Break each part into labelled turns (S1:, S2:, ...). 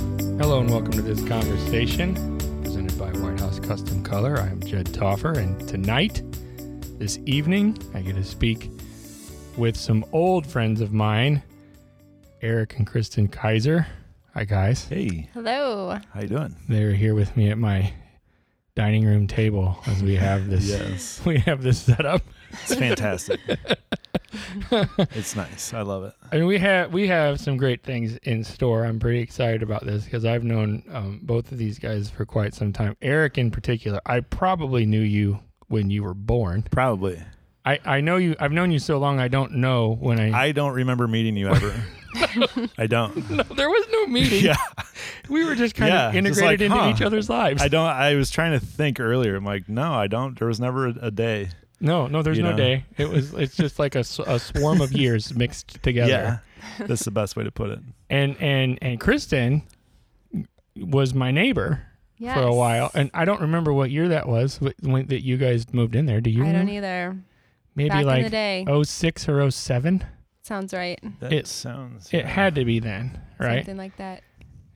S1: and welcome to this conversation presented by White House Custom Color. I'm Jed Toffer, and tonight, this evening, I get to speak with some old friends of mine, Eric and Kristen Kaiser. Hi, guys.
S2: Hey,
S3: Hello.
S2: how you doing?
S1: They're here with me at my dining room table as we have this.
S2: Yes,
S1: We have this set up.
S2: it's fantastic. it's nice. I love it.
S1: I mean, we have we have some great things in store. I'm pretty excited about this because I've known um, both of these guys for quite some time. Eric, in particular, I probably knew you when you were born.
S2: Probably.
S1: I, I know you. I've known you so long. I don't know when I.
S2: I don't remember meeting you ever. I don't.
S1: no, there was no meeting.
S2: Yeah,
S1: We were just kind
S2: Yeah,
S1: of
S2: just
S1: integrated into
S2: like, huh.
S1: each other's lives.
S2: I don't. I was trying to think earlier. I'm like, no, I don't. There was never a, a day.
S1: no, no, there's
S2: You
S1: no
S2: know.
S1: day. It was. It's just like a, s- a swarm of years mixed together.
S2: Yeah, that's the best way to put it.
S1: And and and Kristen was my neighbor.
S3: Yes.
S1: for a while, and I don't remember what year that was wh- when that you guys moved in there. Do you?
S3: I
S1: remember?
S3: don't either.
S1: Maybe
S3: Back in the
S1: like
S3: day.
S1: oh six or oh seven.
S3: Sounds right.
S2: That
S1: It-
S2: sounds.
S1: It had to be then, right?
S3: Something like that.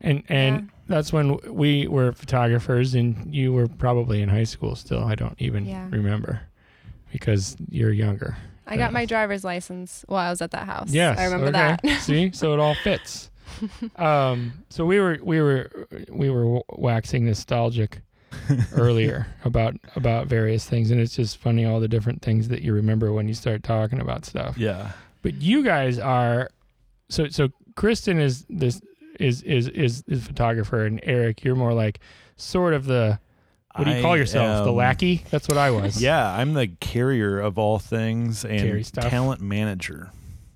S1: And and
S3: Yeah.
S1: that's when w- we were photographers, and you were probably in high school still. I don't even
S3: Yeah.
S1: remember because you're younger.
S3: I got my
S1: Yes.
S3: driver's license while I was at that house.
S1: Yes,
S3: I remember
S1: okay.
S3: that.
S1: See, so it all fits. um, so we were we were we were waxing nostalgic earlier about about various things, and it's just funny all the different things that you remember when you start talking about stuff.
S2: Yeah.
S1: But you guys are so so. Kristen is this is is is is photographer, and Eric, you're more like sort of the what do you call
S2: I
S1: yourself? the
S2: am-
S1: lackey? That's what I was.
S2: Yeah, I'm the carrier of all things
S1: Carry
S2: and
S1: stuff.
S2: talent manager.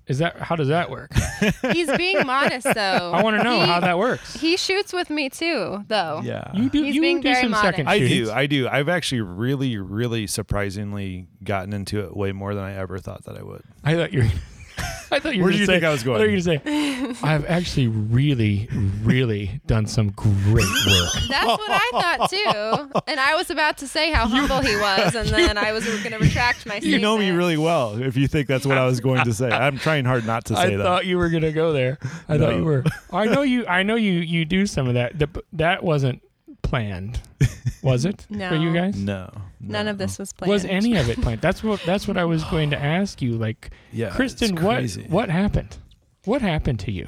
S1: Is that how does that work?
S3: He's being modest though.
S1: I want to know
S3: he,
S1: how that works.
S3: He shoots with me too, though.
S2: Yeah.
S1: You do
S3: He's
S1: you
S3: being
S1: do
S3: very
S1: some
S3: modest.
S1: second
S2: I
S1: shootings.
S2: do. I do. I've actually really, really surprisingly gotten into it way more than I ever thought that I would.
S1: I thought you were. I thought you were gonna
S2: Where did you
S1: say,
S2: think I was
S1: I thought you were
S2: going?
S1: gonna say, I've actually really, really done some great work.
S3: That's what I thought too. And I was about to say how humble he was, and then I was going to retract my
S2: You know me
S3: statement.
S2: really well if you think that's what I was going to say. I'm trying hard not to
S1: I
S2: say that.
S1: thought you were gonna go there. I thought
S2: No.
S1: you were. I know you. I know you. You do some of that. The, that wasn't planned, was it?
S3: No.
S1: For you guys,
S2: no.
S3: None
S2: no.
S3: of this was planned.
S1: was any of it planned? That's what. That's what I was going to ask you. Like,
S2: Yeah. it's
S1: Kristen, what
S2: crazy.
S1: what happened? What happened to you?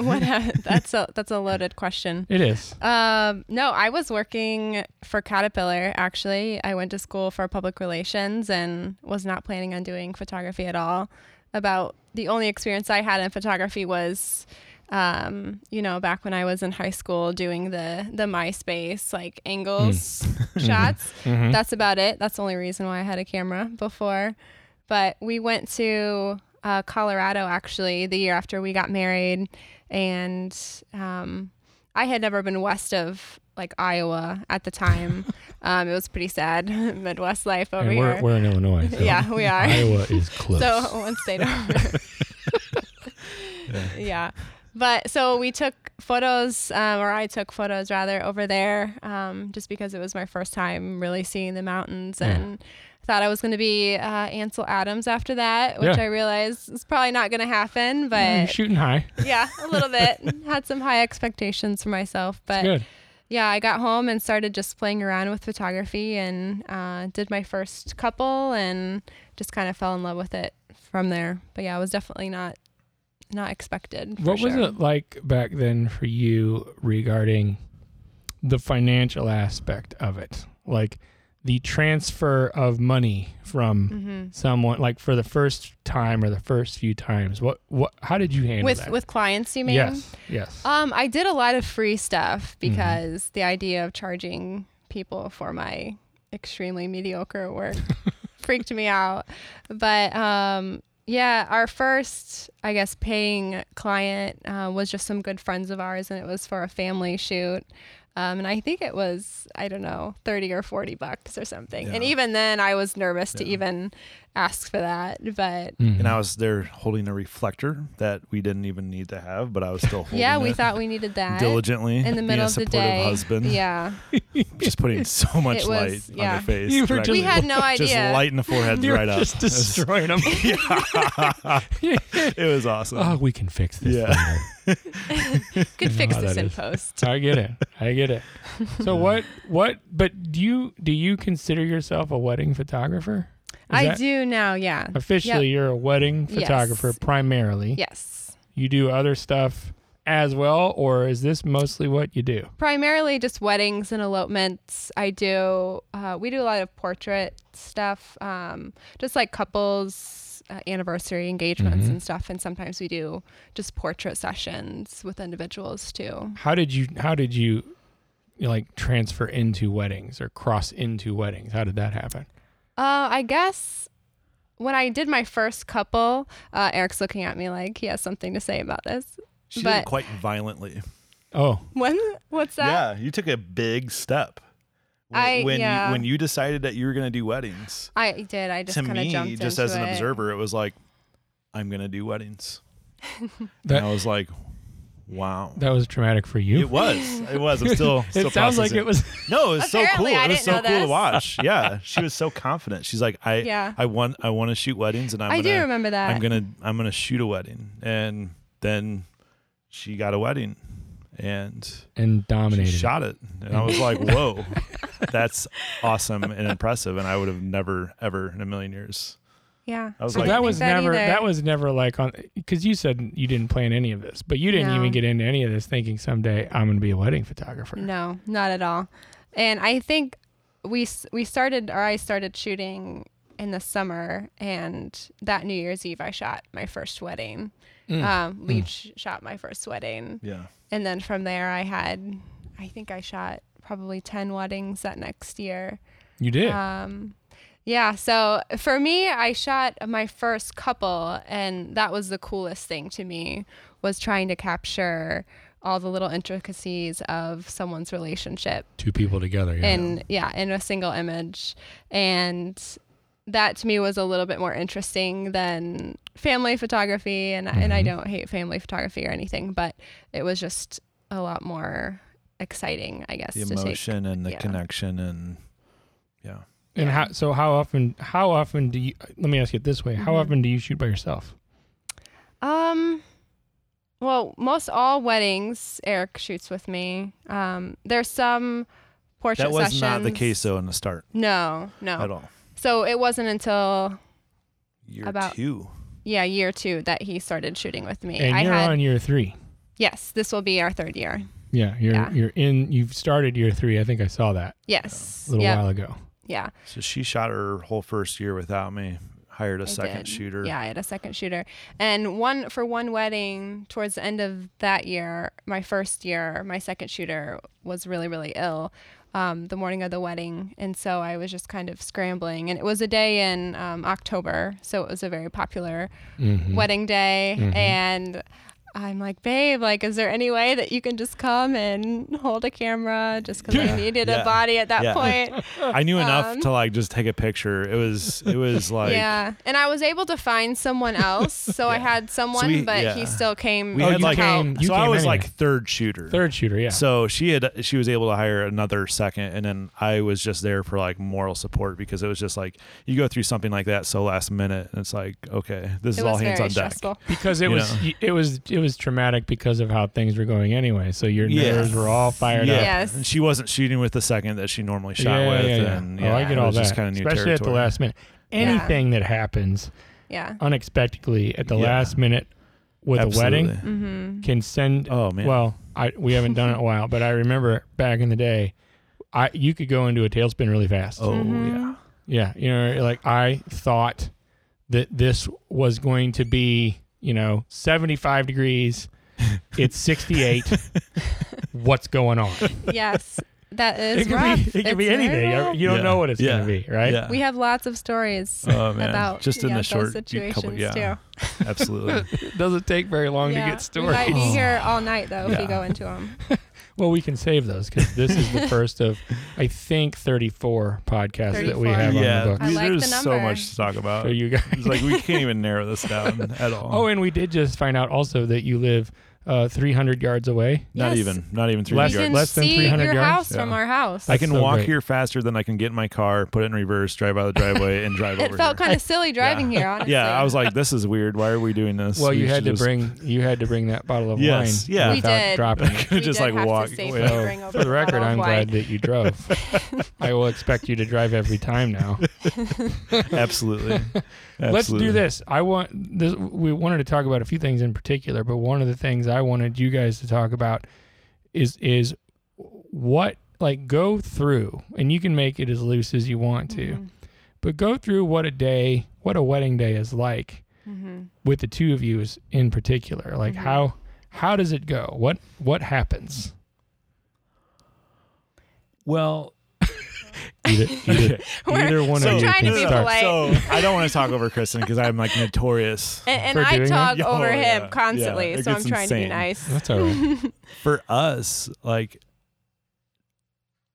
S3: what happened? That's a that's a loaded question.
S1: It is.
S3: Um, no, I was working for Caterpillar actually. I went to school for public relations and was not planning on doing photography at all. About the only experience I had in photography was, um, you know, back when I was in high school doing the the MySpace like
S1: Hmm.
S3: angles shots.
S1: Mhm.
S3: That's about it. That's the only reason why I had a camera before. But we went to uh, Colorado actually the year after we got married, and um, I had never been west of like Iowa at the time. um, it was pretty sad Midwest life over
S1: and we're,
S3: here.
S1: we're in Illinois. so
S3: yeah, we are.
S1: Iowa is close.
S3: So one state over. yeah. But so we took photos, um, or I took photos rather over there, um, just because it was my first time really seeing the mountains
S1: Mm.
S3: and thought I was going to be uh, Ansel Adams after that, which
S1: Yeah.
S3: I realized is probably not going to happen.
S1: You're
S3: But
S1: shooting high.
S3: yeah, a little bit. Had some high expectations for myself, but
S1: Good.
S3: yeah, I got home and started just playing around with photography and uh, did my first couple and just kind of fell in love with it from there. But yeah, it was definitely not not expected. for
S1: What was
S3: sure.
S1: it like back then for you regarding the financial aspect of it? Like the transfer of money from
S3: Mm. Mm-hmm.
S1: someone like for the first time or the first few times. What what how did you handle
S3: with
S1: that?
S3: with clients? You mean?
S1: yes. Yes.
S3: Um, I did a lot of free stuff
S2: Mm-hmm.
S3: because the idea of charging people for my extremely mediocre work freaked me out. But um, yeah, our first, I guess, paying client uh, was just some good friends of ours, and it was for a family shoot. Um, and I think it was, I don't know, 30 or 40 bucks or something. And
S2: Yeah.
S3: even then, I was nervous to
S2: Yeah.
S3: even ask for that, but
S1: Mhm.
S2: And I was there holding a reflector that we didn't even need to have, but I was still holding
S3: yeah, we
S2: it
S3: thought we needed that
S2: diligently
S3: in the
S2: being
S3: middle
S2: a
S3: of the
S2: supportive
S3: day.
S2: husband.
S3: Yeah,
S2: just putting so much
S3: It
S2: light
S3: was-
S2: on
S3: yeah.
S2: your face.
S1: You were
S2: directly.
S1: just-
S3: we had no idea.
S2: just lighting the forehead
S1: You're
S2: right
S1: just
S2: up. It was-
S1: destroying them.
S2: it was awesome.
S1: oh, we can fix this.
S2: Yeah.
S1: later.
S3: Could
S1: I know
S3: fix
S1: how
S3: this
S1: that
S3: in
S1: is.
S3: post.
S1: I get it. I get it. So what? What? But do you do you consider yourself a wedding photographer? Is
S3: I
S1: that-
S3: do now. Yeah.
S1: Officially, you're a wedding
S3: Yes.
S1: photographer primarily.
S3: Yes.
S1: You do other stuff as well, or is this mostly what you do?
S3: primarily just weddings and elopements. I do, uh, we do a lot of portrait stuff, um, just like couples, uh, anniversary engagements
S1: Mm-hmm.
S3: and stuff. And sometimes we do just portrait sessions with individuals too.
S1: How did you? How did you? you know, Like transfer into weddings or cross into weddings. How did that happen?
S3: Uh, I guess when I did my first couple, uh, Eric's looking at me like he has something to say about this.
S2: She did
S3: but
S2: it quite violently.
S1: Oh,
S3: when, what's that?
S2: Yeah, you took a big step. When,
S3: I-
S2: when
S3: yeah.
S2: you when you decided that you were going to do weddings,
S3: I did. I just
S2: to
S3: kind of
S2: me,
S3: jumped
S2: just
S3: into
S2: as an
S3: it.
S2: observer, it was like, I'm going to do weddings.
S1: That-
S2: and I was like, wow.
S1: that was traumatic for you.
S2: It was. It was. I'm still.
S1: It
S2: still
S1: sounds like
S2: processing.
S1: it was.
S2: No, it was so cool.
S3: Apparently, I
S2: it was
S3: didn't
S2: so
S3: know
S2: cool to
S3: this.
S2: watch. Yeah, she was so confident. She's like, I,
S3: Yeah.
S2: I want, I want to shoot weddings, and I'm
S3: I
S2: gonna,
S3: do remember that.
S2: I'm gonna, I'm gonna shoot a wedding, and then she got a wedding, and
S1: and
S2: she
S1: dominated.
S2: shot it, and I was like, whoa, that's awesome and impressive, and I would have never, ever in a million years.
S3: yeah.
S2: I was
S1: So
S2: like,
S1: that was
S3: that
S1: never
S3: either.
S1: that was never like on because you said you didn't plan any of this, but you didn't
S3: No.
S1: even get into any of this thinking someday I'm going to be a wedding photographer.
S3: No, not at all. And I think we s- we started or I started shooting in the summer, and that New Year's Eve I shot my first wedding. Um, we sh- shot my first wedding,
S2: yeah,
S3: and then from there I had, I think I shot probably ten weddings that next year.
S1: You did.
S3: Um, yeah. So for me, I shot my first couple, and that was the coolest thing to me was trying to capture all the little intricacies of someone's relationship
S1: Two people together. Yeah.
S3: in yeah in a single image, and that to me was a little bit more interesting than family photography. And and I
S2: Mm-hmm.
S3: don't hate family photography or anything, but it was just a lot more exciting, I guess.
S2: the
S3: to take.
S2: emotion and the
S3: yeah.
S2: connection, and yeah,
S1: and how so how often how often do you let me ask it this way how
S3: Mhm.
S1: often do you shoot by yourself
S3: Um, well, most all weddings Eric shoots with me. Um, there's some portrait
S2: that was
S3: sessions. Oh.
S2: not the case though in the start
S3: No,
S2: at
S3: no.
S2: all.
S3: So it wasn't until
S2: Year
S3: About-
S2: two.
S3: yeah year two that he started shooting with me.
S1: and
S3: I
S1: you're
S3: had
S1: on year three
S3: yes, this will be our third year.
S1: yeah you're
S3: Yeah.
S1: you're in you've started year three I think I saw that
S3: Yes,
S1: a little
S3: Yep.
S1: while ago
S3: yeah,
S2: So she shot her whole first year without me. Hired a
S3: I
S2: second
S3: did.
S2: shooter.
S3: Yeah, I had a second shooter, and one for one wedding towards the end of that year, my first year, my second shooter was really really ill, um, the morning of the wedding, and so I was just kind of scrambling, and it was a day in um, October, so it was a very popular
S1: Mhm.
S3: wedding day, and. I'm like, babe, like, is there any way that you can just come and hold a camera just because I needed
S2: Yeah.
S3: a body at that
S2: Yeah.
S3: point?
S2: I knew enough
S3: Um,
S2: to like just take a picture. It was it was like
S3: yeah, and I was able to find someone else, so I had someone,
S2: we-
S3: but
S2: yeah.
S3: he still came.
S2: we
S1: Oh,
S2: had
S1: you
S2: like
S1: came- you
S2: so I
S1: came
S2: was
S1: anyway.
S2: like third shooter.
S1: third shooter yeah
S2: So she had she was able to hire another second, and then I was just there for like moral support because it was just like you go through something like that so last minute, and it's like okay, this
S3: it
S2: is
S3: was
S2: all hands
S3: very
S2: on deck.
S3: stressful.
S1: because it
S2: you
S1: was y it was it was traumatic because of how things were going anyway so your
S2: Yes.
S1: nerves were all fired
S2: yeah.
S1: up
S3: Yes.
S2: And she wasn't shooting with the second that she normally shot with, and yeah,
S1: oh, I get
S2: it
S1: all
S2: was
S1: that.
S2: just kind of new
S1: Especially
S2: territory.
S1: at the last minute. Anything that happens
S3: Yeah.
S2: Um,
S1: unexpectedly at the
S2: Yeah.
S1: last minute with a wedding
S2: Absolutely.
S3: Mm-hmm.
S1: can send.
S2: Oh man,
S1: Well, I we haven't done it in a while, but I remember back in the day, I you could go into a tailspin really fast.
S2: oh
S3: Mhm.
S2: yeah,
S1: Yeah, you know, like I thought that this was going to be, you know, 75 degrees. It's 68. What's going on?
S3: Mm-hmm. Yes. That is
S1: it could
S3: rough.
S1: be it could be
S3: It's very
S1: anything.
S3: rough.
S1: You don't
S2: Yeah.
S1: know what it's
S2: Yeah.
S1: going to be, right?
S2: Yeah.
S3: We have lots of stories
S2: Oh, man.
S3: about
S2: just in
S3: yeah,
S2: the
S3: those
S2: short
S3: situations
S2: couple, yeah,
S3: too.
S2: absolutely.
S1: It doesn't take very long
S3: yeah.
S1: to get
S3: We might
S1: stories.
S3: be here all night though if
S2: Yeah.
S3: we go into them.
S1: Well, we can save those because this is the first of, I think, 34 podcasts that we
S3: 34.
S1: have
S2: yeah,
S1: on the
S3: I
S1: books
S3: like
S2: there's
S3: the
S2: so
S3: number.
S2: much to talk about.
S1: for you guys.
S2: It's like we can't even narrow this down at all.
S1: Oh, and we did just find out also that you live uh, 300 yards away.
S2: not
S3: Yes.
S2: even, not even three
S1: Less-
S3: you
S2: yards.
S3: can
S1: less than
S3: see
S1: 300
S3: your
S1: yards?
S3: house from
S2: Yeah.
S3: our house.
S2: I can
S1: so
S2: walk
S1: great.
S2: here faster than I can get in my car, put it in reverse, drive out of the driveway, and drive over
S3: it felt
S2: here.
S3: kind of silly driving here, honestly.
S2: yeah, I was like, this is weird. Why are we doing this?
S1: Well,
S2: We
S1: you
S2: should
S1: had to
S2: just-
S1: bring you had to bring that bottle of
S2: Yes,
S1: wine
S2: yeah. We
S1: without
S3: did.
S1: dropping
S2: I
S1: it.
S2: could
S3: We
S2: just
S3: did
S2: like
S3: have to
S2: walk.
S3: safely
S2: away.
S1: So,
S3: bring over
S1: for the
S3: a
S1: record,
S3: bottle of
S1: I'm glad
S3: wine.
S1: that you drove. I will expect you to drive every time now.
S2: Absolutely.
S1: Let's do
S2: Absolutely.
S1: this. I want this. We wanted to talk about a few things in particular, but one of the things I wanted you guys to talk about is is what like go through, and you can make it as loose as you want to,
S3: Mm-hmm.
S1: but go through what a day, what a wedding day is like
S3: Mm-hmm.
S1: with the two of you is in particular. Like
S3: Mhm.
S1: how how does it go? What what happens?
S2: Well,
S1: Either, either,
S3: We're
S1: either one
S3: so
S1: of you
S3: trying
S1: can
S3: to be
S1: start.
S3: polite.
S2: so I don't want to talk over Kristen because I'm like notorious.
S3: And,
S1: For
S3: and I
S1: doing
S3: talk
S2: that?
S3: over
S2: Oh,
S3: him
S2: yeah.
S3: constantly,
S2: Yeah, it
S3: so I'm
S2: gets
S3: trying to be
S2: insane.
S3: nice.
S1: That's all right.
S2: For us, like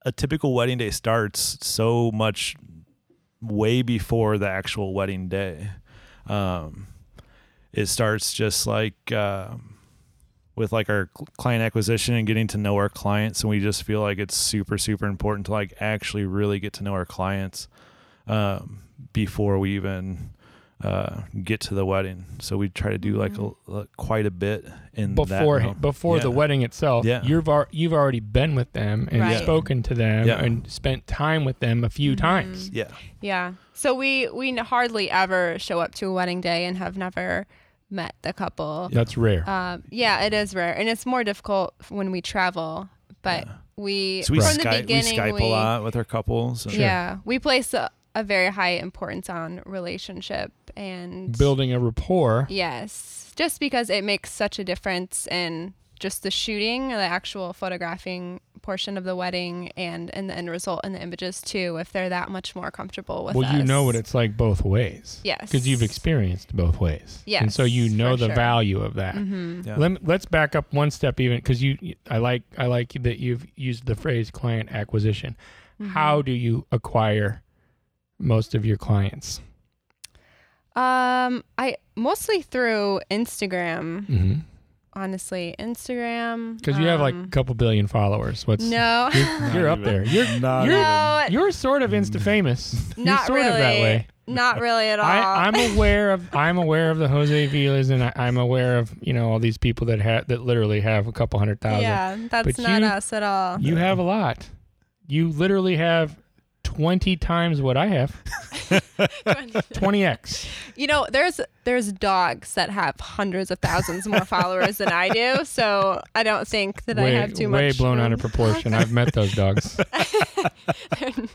S2: a typical wedding day starts so much way before the actual wedding day. Um, it starts just like um with like our cl- client acquisition and getting to know our clients, and we just feel like it's super super important to like actually really get to know our clients um, before we even uh, get to the wedding. So we try to do like a, a- quite a bit in that
S1: before
S2: realm.
S1: before the
S2: Yeah.
S1: wedding itself.
S2: Yeah.
S1: You've ar- you've already been with them and
S3: Right. Mm-hmm.
S1: spoken to them
S2: Yeah.
S1: and spent time with them a few times.
S2: Yeah.
S3: Yeah. So we we n- hardly ever show up to a wedding day and have never met the couple.
S1: That's rare.
S3: Um, yeah, it is rare, and it's more difficult f- when we travel. But we,
S2: So we,
S3: from the
S2: Skype, we
S3: beginning,
S2: Skype a lot with our couples. and-
S3: yeah, we place a, a very high importance on relationship and
S1: Building a rapport.
S3: Yes, just because it makes such a difference in just the shooting, the actual photographing portion of the wedding, and and the end result and the images too. If they're that much more comfortable with
S1: Well, you know
S3: us.
S1: what it's like both ways.
S3: Yes.
S1: Because you've experienced both ways. And so you
S3: Yes,
S1: know
S3: for
S1: the
S3: sure.
S1: value of that.
S3: Mm-hmm.
S2: Yeah.
S1: Let me, let's back up one step even because you I like I like that you've used the phrase client acquisition.
S3: Mm-hmm.
S1: How do you acquire most of your clients?
S3: Um, I mostly through Instagram,
S1: Because
S3: honestly, Instagram.
S1: Mm-hmm. you have like a
S3: um,
S1: couple billion followers. What's
S3: no,
S1: you're, you're up there. You're
S2: not
S1: you're-
S3: no,
S1: you're sort of insta famous. you're
S3: not
S1: sort
S3: really,
S1: of that way.
S3: not really at all.
S1: I, I'm aware of I'm aware of the Jose Vilas and I, I'm aware of you know all these people that have that literally have a couple hundred thousand.
S3: yeah, that's
S1: But
S3: not
S1: you-
S3: us at all.
S1: You have a lot. You literally have 20 times what I have. 20x.
S3: You know, there's there's dogs that have hundreds of thousands more followers than I do, so I don't think that I
S1: way,
S3: have too
S1: way
S3: much.
S1: blown
S3: room.
S1: out of proportion. I've met those dogs.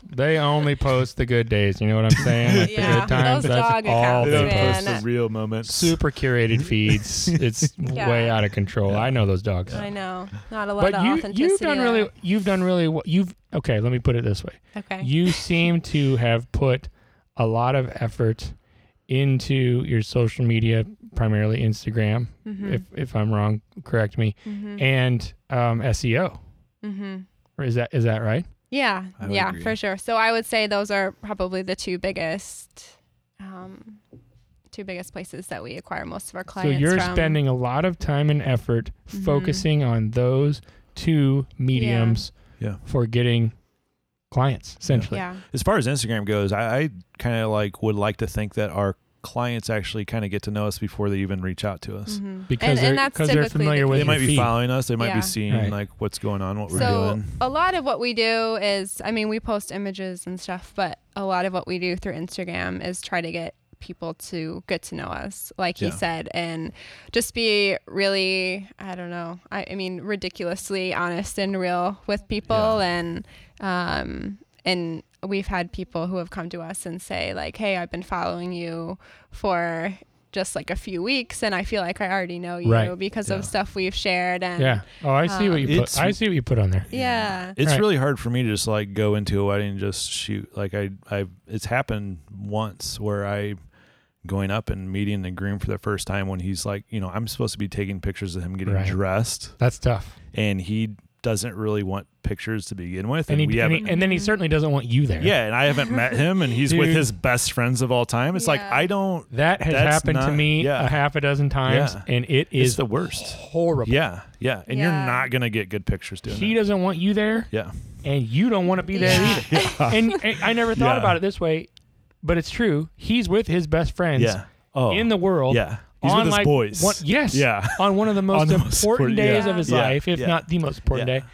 S1: they only post the good days. You know what I'm saying? Like the
S3: Yeah,
S1: good times.
S3: those
S1: that's
S3: dog
S1: all
S2: They
S3: accounts,
S1: they
S2: don't
S3: man.
S1: post.
S2: post the real moments.
S1: Super curated feeds. It's
S3: Yeah.
S1: way out of control. I know those dogs.
S3: I know, not a lot
S1: But
S3: of
S1: you,
S3: authenticity.
S1: you've done
S3: there.
S1: really, you've done really, w- you've okay. Let me put it this way:
S3: okay.
S1: you seem to have put a lot of effort into your social media, primarily Instagram.
S3: Mhm.
S1: If if I'm wrong, correct me.
S3: Mhm.
S1: And um, SEO,
S3: Mhm.
S1: Or is that is that right?
S3: Yeah,
S2: I would
S3: yeah,
S2: agree.
S3: for sure. So I would say those are probably the two biggest, um, two biggest places that we acquire most of our clients.
S1: so you're
S3: from. Mm-hmm.
S1: spending a lot of time and effort focusing on those two mediums
S2: Yeah.
S1: for getting clients, essentially.
S3: Yeah.
S2: as far as Instagram goes, I, I kind of like would like to think that our clients actually kind of get to know us before they even reach out to us.
S3: Mhm.
S1: Because
S3: And-
S1: they're,
S3: and that's
S1: because they're
S3: typically the
S1: familiar with your
S2: They might be
S1: feed.
S2: following us. They might
S3: Yeah.
S2: be seeing
S1: Right.
S2: like what's going on, what we're
S3: so
S2: doing.
S3: a lot of what we do is i mean we post images and stuff but a lot of what we do through instagram is try to get people to get to know us like you
S2: Yeah.
S3: said and just be really i don't know i, I mean ridiculously honest and real with people
S2: Yeah.
S3: and um and we've had people who have come to us and say like hey i've been following you for just like a few weeks and i feel like i already know you
S1: Right.
S3: because
S2: Yeah.
S3: of stuff we've shared and
S1: Yeah. Oh, I
S3: Uh,
S1: see what you put.
S2: It's-
S1: I see what you put on there.
S3: yeah
S2: It's
S1: Right.
S2: really hard for me to just like go into a wedding and just shoot. Like I, I, it's happened once where I going up and meeting the groom for the first time when he's like, you know, I'm supposed to be taking pictures of him getting
S1: Right.
S2: dressed.
S1: That's tough.
S2: and he doesn't really want pictures to begin with,
S1: And,
S2: and
S1: he,
S2: we
S1: and,
S2: haven't
S1: he, and then he certainly doesn't want you there.
S2: Yeah, and I haven't met him, and he's with
S1: Dude.
S2: his best friends of all time. It's like
S3: Yeah.
S2: I don't.
S1: That has
S2: That's
S1: happened to
S2: not-
S1: me
S2: yeah.
S1: a half a dozen times,
S2: Yeah.
S1: and it
S2: It's
S1: is
S2: the worst.
S1: horrible.
S2: Yeah, yeah, and
S3: Yeah.
S2: you're not gonna get good pictures doing
S1: He
S2: that.
S1: doesn't want you there,
S2: Yeah,
S1: and you don't want to be there
S3: Yeah.
S1: either. and, and I never thought
S2: Yeah.
S1: about it this way, but it's true. He's with his best friends
S2: yeah. Oh,
S1: in the world.
S2: yeah. He's
S1: on
S2: with his
S1: like
S2: boys.
S1: One, yes.
S2: Yeah.
S1: On one of the most
S2: the
S1: important
S2: most important-
S1: days
S3: yeah.
S1: of his
S2: Yeah.
S1: life, if
S2: Yeah.
S1: not the most important
S2: Yeah.
S1: day.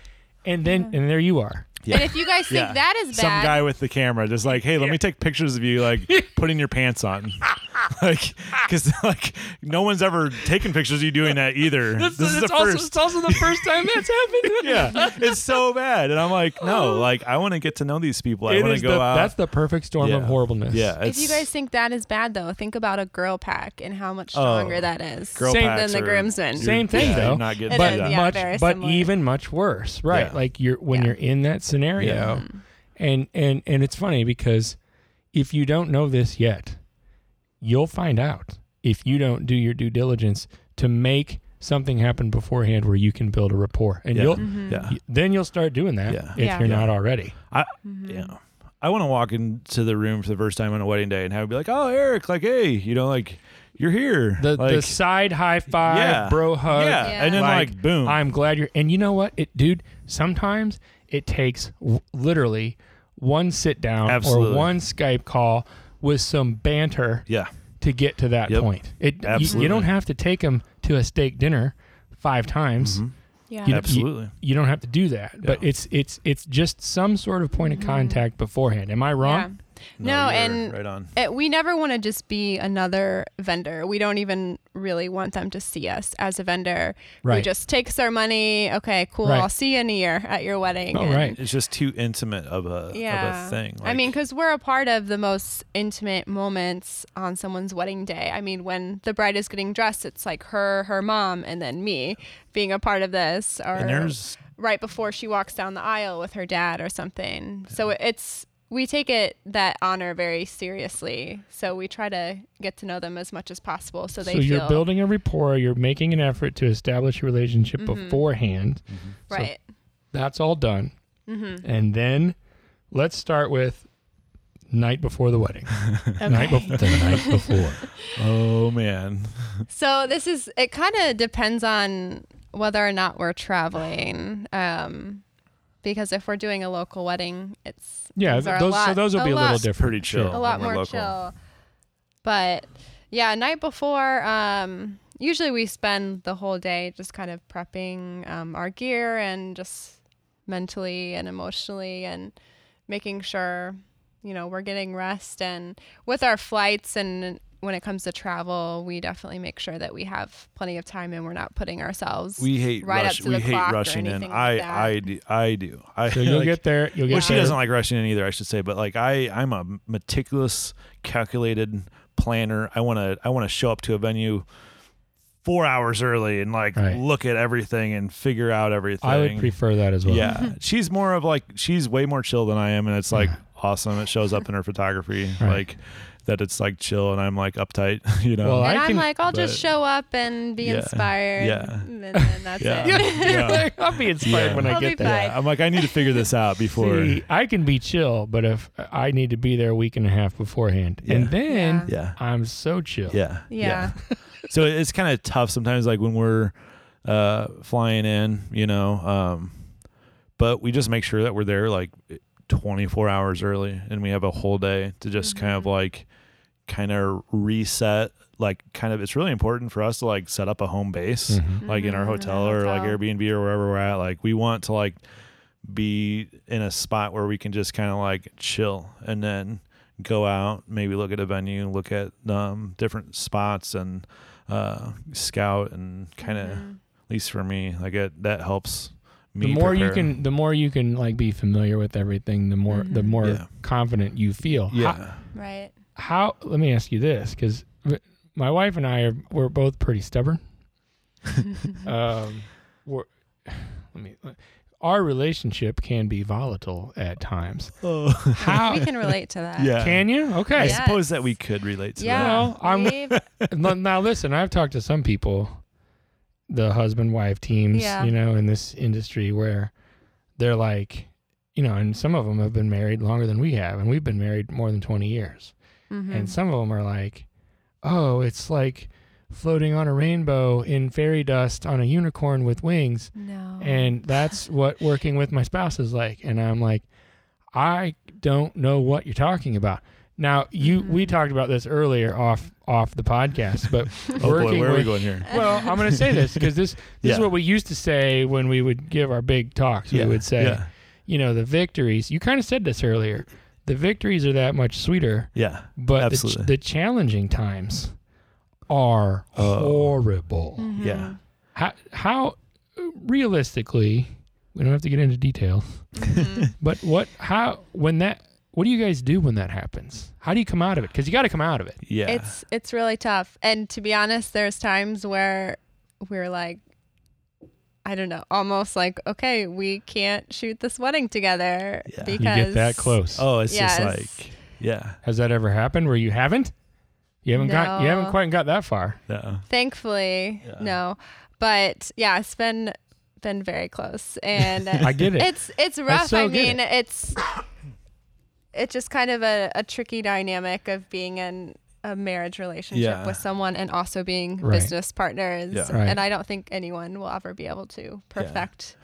S1: And then and there you are.
S2: Yeah.
S3: And if you guys think
S2: Yeah.
S3: that is
S2: Some
S3: bad,
S2: guy with the camera just like, hey, let me take pictures of you like putting your pants on. Like, because like no one's ever taken pictures of you doing that either. this is the first.
S1: also the first time that's happened.
S2: yeah, it's so bad, and I'm like,
S3: Oh.
S2: no, like I want to get to know these people. I
S1: It
S2: want
S1: is
S2: to go
S1: the-
S2: out.
S1: That's the perfect storm of
S2: Yeah.
S1: horribleness.
S2: yeah.
S3: if you
S2: it's- Oh,
S3: guys think that is bad though, think about a girl pack and how much stronger that is.
S2: girl
S1: Same-
S2: packs
S3: than the
S2: are-
S3: groomsmen.
S1: Same thing,
S2: yeah,
S1: though.
S2: you're Not getting
S3: It
S2: through
S1: but
S3: is,
S2: that.
S3: yeah.
S1: much,
S3: very
S1: but
S3: similar.
S1: even much worse, right?
S2: Yeah.
S1: Like you're when
S3: Yeah.
S1: you're in that scenario, and and and it's funny because if you don't know this yet, you'll find out if you don't do your due diligence to make something happen beforehand where you can build a rapport, and
S2: Yeah.
S1: you'll
S2: Yeah.
S1: y- then you'll start doing that
S2: Yeah.
S1: if
S3: Mm-hmm. Yeah.
S1: you're
S2: Yeah.
S1: not already.
S2: I yeah. I want to walk into the room for the first time on a wedding day and have it be like, "Oh, Eric, like, hey, you know, like, you're here."
S1: The
S2: like,
S1: the side high five,
S2: yeah,
S1: bro hug,
S2: yeah.
S3: Yeah.
S2: and then
S1: like,
S2: like, boom,
S1: I'm glad you're. And you know what, it, dude? Sometimes it takes w- literally one sit down or
S2: Absolutely.
S1: one Skype call with some banter
S2: yeah,
S1: to get to that
S2: Yep.
S1: point. It you- you,
S2: Absolutely.
S1: don't have to take them to a steak dinner five times.
S2: Mm-hmm.
S3: Yeah.
S1: You, you-
S2: absolutely.
S1: You, don't have to do that, but it's it's it's just some sort of point of contact beforehand. Am I
S3: Mm-hmm. yeah.
S1: wrong?
S3: No,
S2: you're
S3: and
S2: right on.
S3: it, we never want to just be another vendor. We don't even really want them to see us as a vendor who
S1: Right.
S3: just takes their money. Okay, cool.
S1: Right.
S3: I'll see you in a year at your
S2: Oh,
S3: wedding.
S1: All
S3: and-
S1: right.
S2: It's just too intimate of a
S3: Yeah.
S2: of a thing.
S3: I
S2: like-
S3: mean, because we're a part of the most intimate moments on someone's wedding day. I mean, when the bride is getting dressed, it's like her, her mom, and then me being a part of this. Or
S2: and there's
S3: right before she walks down the aisle with her dad or something. So it's we take it that honor very seriously. So we try to get to know them as much as possible so they
S1: so
S3: feel
S1: you're building a rapport. You're making an effort to establish a relationship
S3: Mm-hmm.
S1: beforehand. so
S3: right.
S1: That's all done.
S3: Mm-hmm.
S1: And then let's start with night before the wedding. Night before the night before.
S2: oh man,
S3: So this is it kind of depends on whether or not we're traveling. Um because if we're doing a local wedding, it's
S1: Yeah,
S3: things are a
S1: those so
S3: lot-
S1: those will be a little
S3: lot-
S1: different.
S2: pretty chill.
S3: a lot
S2: when we're
S3: more
S2: local.
S3: chill. But yeah, night before, um, usually we spend the whole day just kind of prepping um, our gear and just mentally and emotionally and making sure, you know, we're getting rest. And with our flights and when it comes to travel, we definitely make sure that we have plenty of time and we're not putting ourselves.
S2: We hate
S3: Right up
S2: rush.
S3: to
S2: We
S3: the
S2: hate
S3: clock or
S2: rushing in.
S3: anything like that.
S2: I I do. I do. I
S1: So you'll
S2: like,
S1: get there. You'll get
S2: Well, she
S1: there.
S2: doesn't like rushing in either, I should say. But like, I I'm a meticulous, calculated planner. I want to I want to show up to a venue four hours early and like
S1: Right.
S2: look at everything and figure out everything.
S1: I would prefer that as well.
S2: yeah, she's more of like she's way more chill than I am, and it's like awesome. It shows up in her photography,
S1: Right.
S2: like that. It's like chill, and I'm like uptight. You know.
S1: Well, I
S3: and I'm
S1: can-
S3: like, I'll just
S2: but-
S3: show up and be
S2: Yeah,
S3: inspired.
S2: yeah.
S3: And then that's
S2: Yeah.
S3: it.
S2: Yeah.
S1: Like, I'll be inspired
S2: Yeah.
S1: when I
S3: I'll
S1: get
S3: be
S1: there.
S3: fine.
S2: I'm like I need to figure this out before.
S1: See, I can be chill, but if I need to be there a week and a half beforehand, and
S2: Yeah.
S1: then
S2: Yeah.
S1: I'm so chill.
S2: Yeah.
S3: Yeah.
S2: so it's kind of tough sometimes like when we're uh flying in you know um but we just make sure that we're there like 24 hours early and we have a whole day to just kind of like kind of reset like kind of it's really important for us to like set up a home base
S1: Mhm.
S2: like in our
S3: Mhm,
S2: hotel or like
S3: hotel.
S2: airbnb or wherever we're at like we want to like be in a spot where we can just kind of like chill and then go out, maybe look at a venue, look at um, different spots and uh, scout and kind of,
S3: Mm-hmm.
S2: at least for me, like it, that helps me.
S1: the more you
S2: prepare.
S1: can, the more you can like be familiar with everything. The more, the
S3: Mhm.
S1: more
S2: Yeah.
S1: confident you feel. How-
S2: yeah,
S3: Right.
S1: how let me ask you this because my wife and i are we're both pretty stubborn um we're, let me our relationship can be volatile at times
S2: oh,
S1: how
S3: we can relate to that.
S2: yeah.
S1: can you okay
S2: I
S3: Yeah.
S2: suppose that we could relate to
S3: Yeah.
S1: Well, I'm-
S3: we've-
S1: now now listen i've talked to some people the husband wife teams
S3: Yeah.
S1: you know in this industry where they're like, you know, and some of them have been married longer than we have, and we've been married more than 20 years.
S3: Mm-hmm.
S2: Hmm.
S1: And some of them are like, oh, it's like floating on a rainbow in fairy dust on a unicorn with wings.
S3: no.
S2: Oh.
S1: And that's what working with my spouse is like. And I'm like, I don't know what you're talking about. Now you,
S2: Mm-hmm.
S1: we talked about this earlier off off the podcast, but
S2: Oh boy,
S1: working
S2: where are we
S1: with-
S2: going here?
S1: well, I'm going to say this because this this is
S2: Yeah.
S1: what we used to say when we would give our big talks. We would say,
S2: yeah,
S1: you know, the victories. You kind of said this earlier. The victories are that much sweeter,
S2: yeah,
S1: but the, ch-
S2: Absolutely.
S1: the challenging times are
S2: Oh.
S1: horrible.
S3: Mm-hmm.
S2: yeah.
S1: How, how realistically, we don't have to get into details,
S3: Mm-hmm.
S1: but what how when that what do you guys do when that happens? How do you come out of it? Because you got to come out of it.
S2: yeah.
S3: It's it's really tough. And to be honest, there's times where we're like I don't know, almost like, okay, we can't shoot this wedding together
S2: Yeah. You get
S3: because
S1: you get that close.
S2: oh, it's
S3: yes.
S2: just like yeah,
S1: Has that ever happened where you haven't? You haven't got you haven't
S3: No.
S1: quite got that far.
S2: no.
S3: Thankfully,
S2: Yeah.
S3: no. But yeah, it's been been very close, and
S1: I get it.
S3: it's it's rough.
S1: so
S3: I,
S1: get
S3: mean, it's it's just kind of a, a tricky dynamic of being in a marriage relationship
S2: Yeah.
S3: with someone and also being
S1: Right.
S3: business partners.
S2: Yeah.
S1: Right.
S3: And I don't think anyone will ever be able to perfect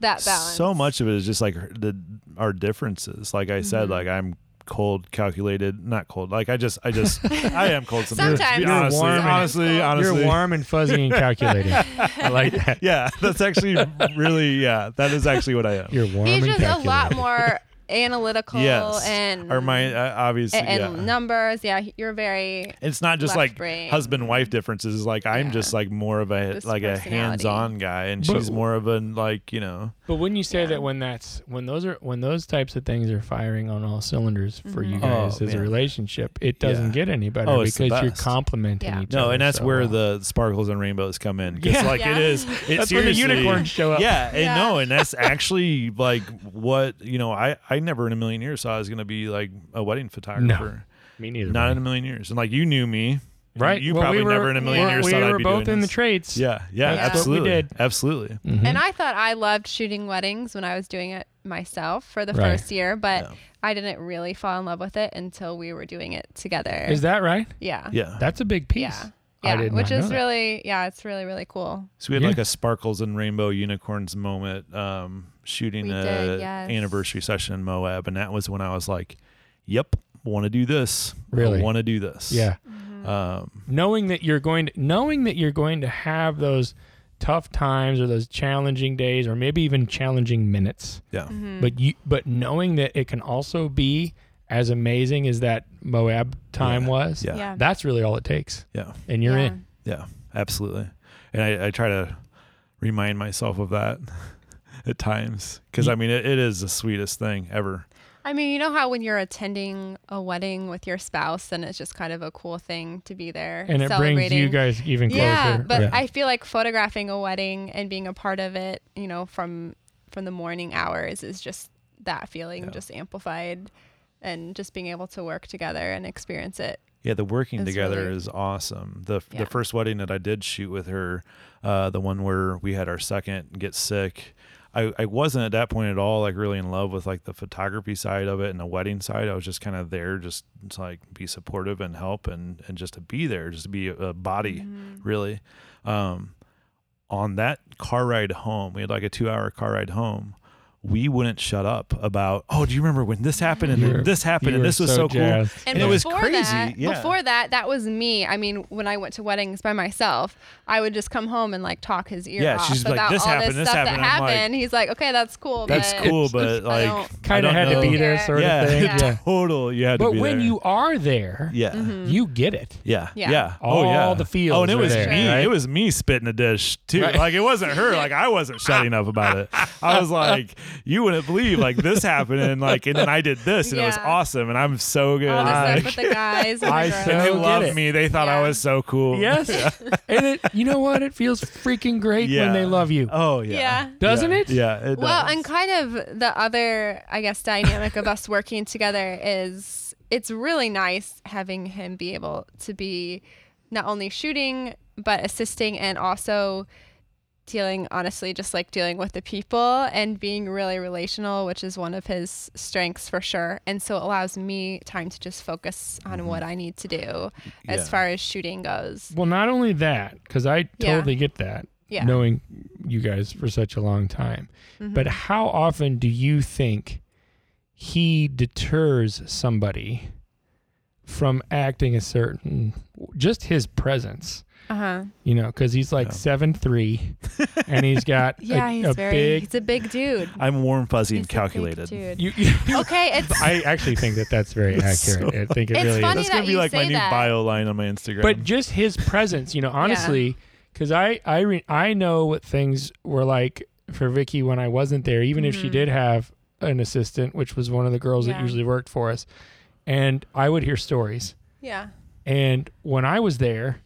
S3: that balance.
S2: So much of it is just like her- the our differences. Like I
S3: Mm-hmm.
S2: said, like I'm cold, calculated, not cold. Like I just, I just, I am cold sometimes.
S3: Sometimes.
S2: You're honestly,
S1: warm and-
S2: honestly, honestly.
S1: You're warm and fuzzy and calculating. I like that.
S2: Yeah, that's actually really yeah. That is actually what I am.
S1: You're warm
S3: He's
S1: and
S3: just a
S1: calculating.
S3: lot more analytical
S2: yes,
S3: and
S2: or my uh, obviously
S3: and, and
S2: yeah.
S3: numbers. Yeah, he- you're very
S2: it's not just
S3: left
S2: like
S3: brain.
S2: husband wife differences. Like I'm
S3: Yeah.
S2: just like more of a
S3: Just
S2: like a
S3: personality.
S2: hands on guy, and
S1: But-
S2: she's more of an like you know
S1: But wouldn't you say
S3: Yeah.
S1: that when that's when those are when those types of things are firing on all cylinders for you
S3: Mhm.
S1: guys
S2: Oh,
S1: as a
S2: man.
S1: relationship, it doesn't
S2: Yeah.
S1: get any better
S2: Oh, it's the
S1: because you're
S2: best.
S1: complimenting
S3: Yeah.
S1: each other.
S2: no, and that's
S1: so
S2: where
S1: well.
S2: the sparkles and rainbows come in. Because
S1: Yeah.
S2: like
S3: Yeah.
S2: it is, it's
S1: that's where the
S2: seriously-
S1: unicorns show up.
S2: Yeah, and
S3: Yeah.
S2: no, and that's actually like what you know. I I never in a million years thought I was gonna be like a wedding photographer.
S1: me neither.
S2: Not in
S1: buddy.
S2: a million years. And like you knew me,
S1: right.
S2: You
S1: Well,
S2: probably
S1: we were,
S2: never in a million
S1: we're-
S2: years
S1: We
S2: thought
S1: were
S2: I'd be
S1: both
S2: doing
S1: in the
S2: this.
S1: trades.
S2: Yeah, yeah,
S3: That's what
S1: we
S2: absolutely,
S1: did.
S2: absolutely.
S1: Mhm.
S3: And I thought I loved shooting weddings when I was doing it myself for the
S1: Right.
S3: first year, but
S2: Yeah.
S3: I didn't really fall in love with it until we were doing it together.
S1: Is that right?
S3: yeah.
S2: Yeah.
S1: That's a big piece.
S3: Yeah.
S1: I
S3: Yeah.
S1: did
S3: Which
S1: not know
S3: is
S1: that.
S3: really, yeah, it's really, really cool.
S2: So we had
S1: Yeah.
S2: like a sparkles and rainbow unicorns moment um, shooting
S3: We
S2: a
S3: did, yes.
S2: anniversary session in Moab, and that was when I was like, "Yep, want to do this.
S1: Really?
S2: want to do this."
S1: Yeah.
S3: Mm-hmm.
S2: Um,
S1: knowing that you're going to knowing that you're going to have those tough times or those challenging days or maybe even challenging minutes
S2: yeah.
S3: Mm-hmm. Mm.
S1: but you but knowing that it can also be as amazing as that moab time
S2: Yeah.
S1: was
S2: Yeah.
S3: Yeah.
S1: that's really all it takes
S2: Yeah.
S1: and you're
S3: Yeah.
S1: in
S2: Yeah, absolutely. And I, I try to remind myself of that at times because I mean it, it is the sweetest thing ever.
S3: I mean, you know how when you're attending a wedding with your spouse, then it's just kind of a cool thing to be there
S1: and it
S3: celebrating.
S1: brings you guys even closer
S3: yeah but
S2: Yeah.
S3: i feel like photographing a wedding and being a part of it you know from from the morning hours is just that feeling
S2: Yeah.
S3: just amplified and just being able to work together and experience it
S2: Yeah, the working
S3: It's
S2: together
S3: really-
S2: is awesome. The
S3: Yeah.
S2: the first wedding that I did shoot with her, uh, the one where we had our second get sick. I, I wasn't at that point at all like really in love with like the photography side of it and the wedding side. I was just kind of there just to like be supportive and help and and just to be there, just to be a, a body
S3: Mm-hmm.
S2: really. Um, on that car ride home, we had like a two hour car ride home. We wouldn't shut up about, oh, do you remember when this happened and
S1: You were-
S2: this happened
S1: You
S2: and
S1: were
S2: this was so, cool?
S1: jazzed.
S3: and
S2: Yeah.
S1: Yeah.
S2: it was
S3: before
S2: crazy,
S3: that
S2: yeah.
S3: before that that was me i mean when i went to weddings by myself i would just come home and like talk his ear
S2: Yeah,
S3: off
S2: she's like,
S3: about
S2: "This
S3: all
S2: happened,
S3: this
S2: this
S3: stuff
S2: happened."
S3: that
S2: I'm like,
S3: happened he's like okay that's cool
S2: That's
S3: but
S2: cool, but
S3: I
S2: like,
S3: don't-
S2: I
S1: kind of
S2: don't
S1: had
S2: know.
S1: to be there
S3: Yeah.
S1: sort of thing
S3: Yeah.
S1: yeah.
S2: total. You had to
S1: but
S2: be
S1: when
S2: there.
S1: you are there
S2: yeah.
S1: you get it
S2: Yeah.
S3: Mm-hmm. Yeah.
S2: Yeah.
S1: All
S2: oh yeah.
S1: the feels
S2: Oh, and it
S1: are
S2: was
S1: there,
S2: me.
S1: right?
S2: It was me spitting a dish too.
S1: Right.
S2: Like it wasn't her. Like I wasn't shutting up about it. I was like, you wouldn't believe like this happened and like and then I did this and it was
S3: Yeah.
S2: awesome and I'm so good.
S3: all the
S1: I-
S3: stuff with the guys and the
S1: I
S3: girls.
S2: and they
S1: so get
S2: loved
S1: it.
S2: me. They thought I
S3: Yeah.
S2: was so cool.
S1: yes and it, you know what it feels freaking great
S2: Yeah.
S1: when they love you
S2: Oh yeah.
S3: yeah
S1: doesn't it
S2: Yeah. It
S3: Well,
S2: does.
S3: and kind of the other, I guess, dynamic of us working together is it's really nice having him be able to be not only shooting, but assisting and also dealing honestly just like dealing with the people and being really relational which is one of his strengths for sure and so it allows me time to just focus on
S1: Mm-hmm.
S3: what i need to do
S2: Yeah.
S3: as far as shooting goes
S1: Well, not only that, because I
S3: Yeah.
S1: totally get that,
S3: yeah Mm-hmm.
S1: knowing you guys for such a long time. But how often do you think he deters somebody from acting a certain, just his presence?
S3: uh-huh
S1: You know, because he's like
S2: Yeah.
S1: seven three, and he's got
S3: yeah
S1: a,
S3: he's
S1: a
S3: very
S1: big.
S3: he's a big dude
S2: I'm warm, fuzzy,
S3: He's a
S2: and
S3: big
S2: calculated.
S3: dude.
S1: You, you-
S3: okay it's
S1: I actually think that that's very
S2: That's
S1: accurate. I think it
S3: It's
S1: really
S3: funny
S1: is.
S2: That's gonna
S3: that
S2: be
S3: you
S2: like my
S3: say
S2: new
S3: that.
S2: bio line on my Instagram.
S1: But just his presence, you know, honestly, because I I re- I know what things were like for Vicky when I wasn't there, even if she
S3: Mhm.
S1: did have an assistant, which was one of the girls that
S3: Yeah.
S1: usually worked for us, and I would hear stories.
S3: yeah
S1: And when I was there,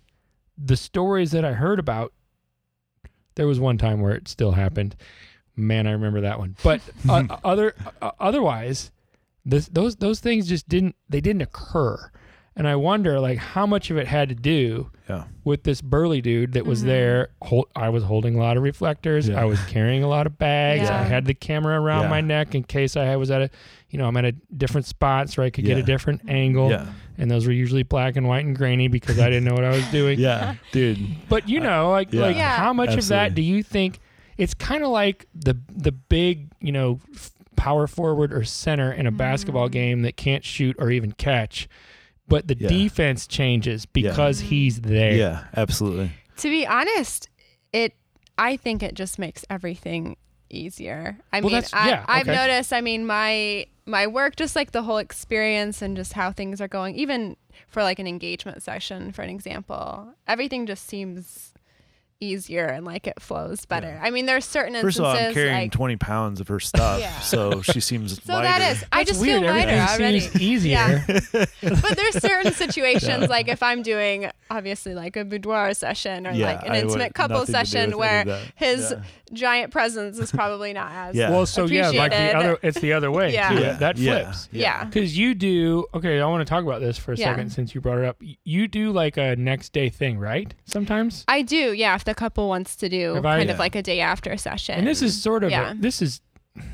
S1: the stories that I heard about, there was one time where it still happened. Man, I remember that one. But uh, other uh, otherwise, this, those those things just didn't they didn't occur. And I wonder like how much of it had to do
S2: Yeah.
S1: with this burly dude that was
S3: Mhm.
S1: there. Hol- I was holding a lot of reflectors.
S2: Yeah.
S1: I was carrying a lot of bags. I
S3: Yeah.
S1: had the camera around
S2: Yeah.
S1: my neck in case I was at a, you know, I'm at a different spot so I could get a
S2: Yeah.
S1: different angle
S2: yeah,
S1: and those were usually black and white and grainy because I didn't know what I was doing.
S2: yeah, dude.
S1: But you know, like
S2: Yeah.
S1: like
S3: Yeah.
S1: how much of that
S2: Absolutely.
S1: do you think? It's kind of like the the big you know f- power forward or center in a basketball
S3: Mm-hmm.
S1: game that can't shoot or even catch, but the
S2: Yeah.
S1: defense changes
S2: Yeah.
S1: because
S3: Mm-hmm.
S1: he's there.
S2: Yeah, absolutely.
S3: to be honest it i think it just makes everything easier i
S1: Well,
S3: mean
S1: that's-
S3: I,
S1: yeah,
S3: i've
S1: okay.
S3: noticed i mean my my work just like the whole experience and just how things are going even for like an engagement session for an example everything just seems easier and like it flows better i mean there's certain
S2: First
S3: instances
S2: of all, I'm carrying
S3: like
S2: 20 pounds of her stuff,
S3: Yeah.
S2: so she seems
S3: so
S2: lighter.
S3: that is i
S1: It's
S3: just
S1: weird.
S3: feel lighter
S1: Everything
S3: already
S1: seems easier.
S3: Yeah. but there's certain situations like if I'm doing obviously like a boudoir session or
S2: Yeah,
S3: like an
S2: I
S3: intimate
S2: want
S3: couple
S2: nothing to do with
S3: session
S2: any of
S3: where
S2: that.
S3: his
S2: Yeah.
S3: giant presence is probably not as
S2: Yeah.
S1: Well, so yeah, like the
S3: Appreciated.
S1: other, it's the other way
S3: Yeah.
S1: too.
S2: Yeah,
S1: That
S2: yeah,
S1: flips.
S3: yeah.
S1: Because you do okay. I want to talk about this for a
S3: Yeah.
S1: second since you brought it up. You do like a next day thing, right? Sometimes.
S3: I do, yeah, if the couple wants to do
S1: If I-
S3: kind
S2: Yeah.
S3: of like a day after session.
S1: And this is sort of a-
S3: Yeah.
S1: this is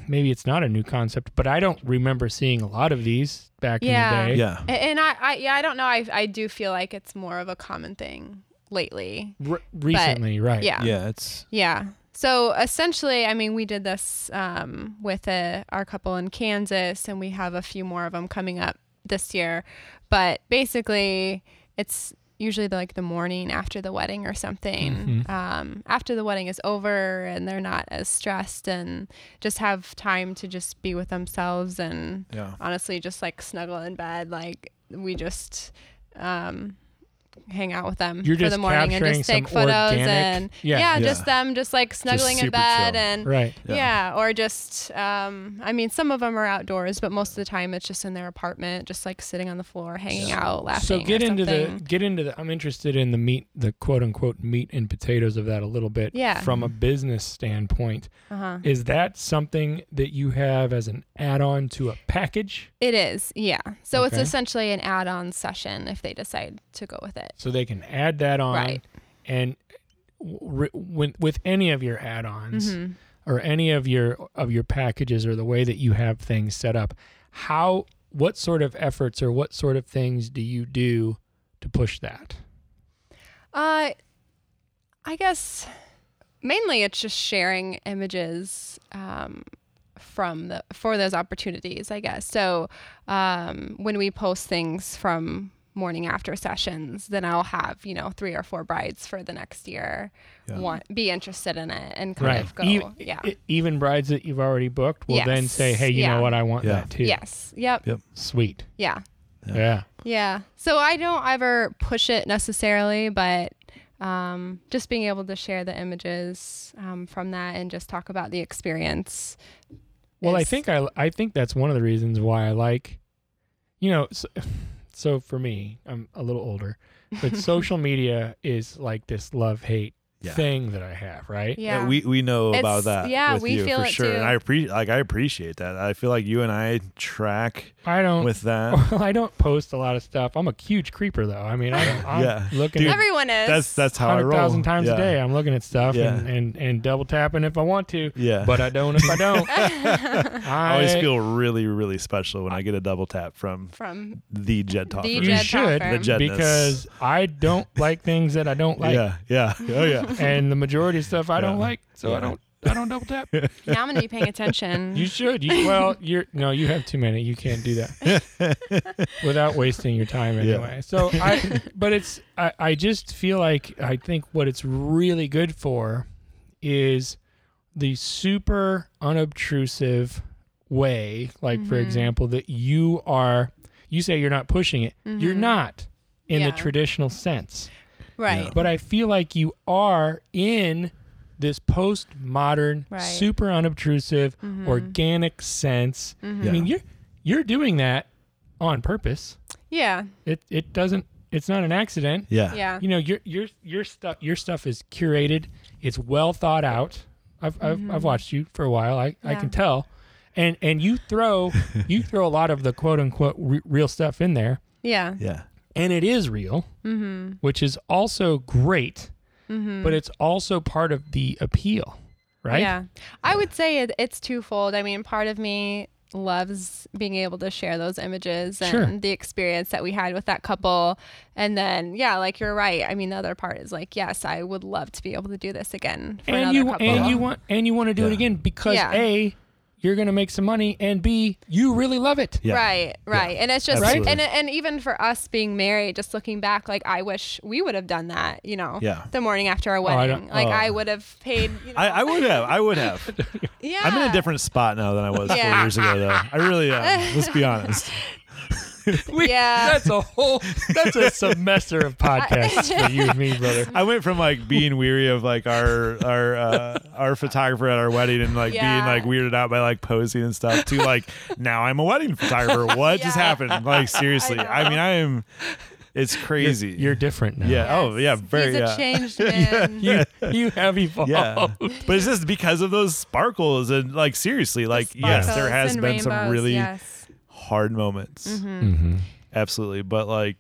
S1: maybe it's not a new concept, but I don't remember seeing a lot of these back
S3: Yeah.
S1: in the day.
S2: Yeah.
S3: A- and I, I yeah, I don't know. I I do feel like it's more of a common thing lately.
S1: Re- recently, right?
S3: Yeah.
S2: Yeah, it's
S3: Yeah. So essentially, I mean, we did this um, with uh our couple in Kansas, and we have a few more of them coming up this year. But basically, it's usually like the morning after the wedding or something. Um, after the wedding is over, and they're not as stressed, and just have time to just be with themselves and
S2: yeah.
S3: honestly just like snuggle in bed like we just um hang out with them
S1: You're
S3: for
S1: just
S3: the morning and
S1: capturing
S3: just take
S1: some
S3: photos
S1: organic-
S3: and
S1: Yeah.
S3: just them just like snuggling in
S2: super
S3: bed
S2: chill.
S3: and
S1: Right.
S2: Yeah.
S3: yeah. or just um i mean some of them are outdoors but most of the time it's just in their apartment just like sitting on the floor hanging out laughing
S1: So get
S3: or
S1: into the
S3: something.
S1: get into the. I'm interested in the meat, the quote unquote meat and potatoes of that a little bit.
S3: Yeah.
S1: From a business standpoint,
S3: uh-huh.
S1: is that something that you have as an add-on to a package,
S3: it is yeah so
S1: Okay.
S3: it's essentially an add-on session if they decide to go with it
S1: so they can add that on,
S3: Right.
S1: and re- when, with any of your add-ons,
S3: Mhm.
S1: or any of your of your packages or the way that you have things set up how what sort of efforts or what sort of things do you do to push that
S3: Uh, I guess mainly it's just sharing images um, from the for those opportunities. I guess so. Um, when we post things from morning after sessions, then I'll have you know three or four brides for the next year
S2: Yeah.
S3: want be interested in it and kind of go
S1: E-
S3: yeah.
S1: e- even brides that you've already booked will then
S3: Yes.
S1: say hey you
S3: Yeah.
S1: know what i want
S2: Yeah.
S1: that too
S3: Yes. Yep.
S2: Yeah.
S1: sweet
S3: Yeah.
S1: yeah,
S2: Yeah.
S3: Yeah. So I don't ever push it necessarily, but um, just being able to share the images um, from that and just talk about the experience.
S1: well i
S3: is-
S1: think i i think that's one of the reasons why i like you know so, so for me i'm a little older but social media is like this love hate
S2: Yeah.
S1: thing that I have, right?
S3: Yeah.
S2: we we know
S3: It's-
S2: about that.
S3: yeah,
S2: with
S3: we
S2: you,
S3: feel
S2: for
S3: it
S2: sure.
S3: too.
S2: And I appreciate like I appreciate that. I feel like you and I track
S1: I don't.
S2: with that.
S1: well, I don't post a lot of stuff. I'm a huge creeper, though. I mean, I, I'm
S2: Yeah.
S1: looking
S2: Dude,
S1: at
S3: Everyone is.
S2: that's that's how I
S1: hundred
S2: roll.
S1: thousand times
S2: yeah.
S1: a day. I'm looking at stuff
S2: Yeah.
S1: and, and and double tapping if I want to,
S2: Yeah,
S1: but I don't if I don't. I
S2: I always feel really really special when I get a double tap from
S3: from
S2: the Jed Toffer.
S3: The
S1: you
S3: Jed
S1: should
S3: Toffer.
S2: The Jedness.
S1: because I don't like things that I don't like,
S2: yeah, yeah, oh yeah.
S1: and the majority of stuff I don't
S2: Yeah.
S1: like, so I
S2: Yeah.
S1: don't. I don't double tap.
S3: now I'm gonna be paying attention.
S1: You should. You, well, you're no. You have too many. You can't do that without wasting your time
S2: Yeah.
S1: anyway. So I, but it's. I, I just feel like I think what it's really good for is the super unobtrusive way. Like for
S3: Mhm.
S1: example, that you are. You say you're not pushing it. You're
S3: Mhm.
S1: not in
S3: Yeah.
S1: the traditional sense.
S3: right.
S1: But I feel like you are in this postmodern,
S3: Right. Mm-hmm.
S1: super unobtrusive, organic sense. I
S2: Yeah.
S1: mean, you're you're doing that on purpose.
S3: Yeah.
S1: It it doesn't. It's not an accident.
S2: Yeah.
S3: Yeah.
S1: You know, your your your stuff your stuff is curated. It's well thought out. I've I've, I've watched you for a while. I, I
S3: Mm-hmm. Yeah.
S1: can tell. And and you throw you throw a lot of the quote unquote re- real stuff in there,
S3: Yeah.
S2: Yeah.
S1: and it is real,
S3: Mm-hmm.
S1: which is also great, but it's also part of the appeal, right?
S3: Yeah. I would say it, it's twofold. I mean, part of me loves being able to share those images and
S1: Sure.
S3: the experience that we had with that couple. And then, yeah, like you're right. I mean, the other part is like, yes, I would love to be able to do this again for
S1: and
S3: another
S1: you
S3: couple.
S1: and you want and you want to do it
S2: Yeah.
S1: again because
S3: Yeah.
S1: a you're gonna make some money and b you really love it
S2: Uh-huh. Yeah.
S3: Right, right. And it's just
S2: Right?
S3: and and even for us being married, just looking back, like I wish we would have done that, you know.
S2: Yeah.
S3: The morning after our
S1: I
S3: wedding.
S1: don't-
S3: like
S2: oh.
S3: I would have paid you know,
S2: I, I would have. I would have.
S3: yeah.
S2: I'm in a different spot now than I was
S3: Yeah.
S2: four years ago, though. I really am. Let's be honest.
S1: We-
S3: Yeah.
S1: that's a whole that's a semester of podcasts for you and me brother
S2: I went from like being weary of like our our uh, our photographer at our wedding and like
S3: Yeah.
S2: being like weirded out by like posing and stuff to like now I'm a wedding photographer. What just
S3: Yeah.
S2: happened? Like seriously,
S3: know.
S2: I, mean I am. It's crazy.
S1: you're different now
S2: yeah. Oh
S3: Yes.
S2: yeah. Very.
S3: He's a
S2: yeah.
S3: changed man.
S1: you, you have evolved
S2: yeah
S3: Mm-hmm.
S2: but it's just because of those sparkles and like seriously like yes there
S3: Sparkles
S2: has
S3: and
S2: been some
S3: rainbows, Mm-hmm.
S2: really
S3: yes.
S2: hard moments
S1: Mhm.
S2: absolutely but like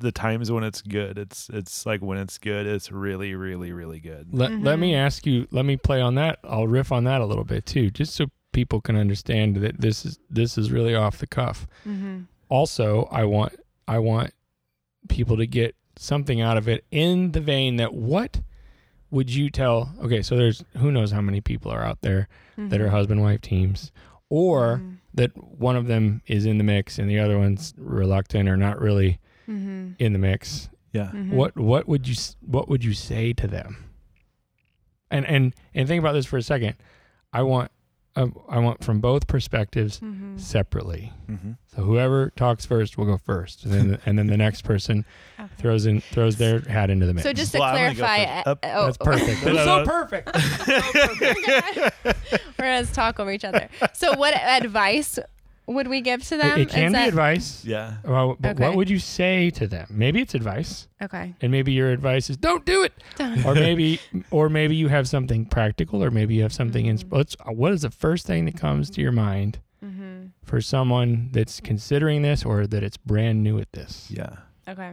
S2: the times when it's good it's it's like when it's good it's really really really good
S1: Let, let me
S3: Mm-hmm.
S1: ask you let me play on that i'll riff on that a little bit too just so people can understand that this is this is really off the cuff
S3: Mm-hmm,
S1: also i want i want people to get something out of it in the vein that what would you tell okay so there's who knows how many people are out there
S3: mm-hmm.
S1: that are husband wife teams or that one of them is in the mix and the other one's reluctant or not really
S3: Mm-hmm,
S1: in the mix
S2: yeah
S1: what what would you s- what would you say to them and and and think about this for a second i want i, I want from both perspectives separately
S2: Mhm.
S1: so whoever talks first will go first and then and then the next person throws in throws their hat into the mix
S3: So just to
S2: Well, I'm gonna go
S3: clarify,
S2: first.
S3: uh,
S2: Up.
S3: oh,
S1: that's perfect
S2: No,
S1: That's so
S2: no, no.
S1: perfect
S3: we're gonna talk over each other. So what advice would we give to them?
S1: it, it can
S3: Is
S1: be
S3: that-
S1: advice
S2: yeah
S1: well, but
S3: Okay.
S1: what would you say to them maybe it's advice
S3: Okay.
S1: and maybe your advice is don't do it or maybe or maybe you have something practical or maybe you have something
S3: Mm.
S1: in let's, what is the first thing that comes to your mind
S3: Mm-hmm,
S1: for someone that's considering this or that it's brand new at this
S2: yeah
S3: Okay.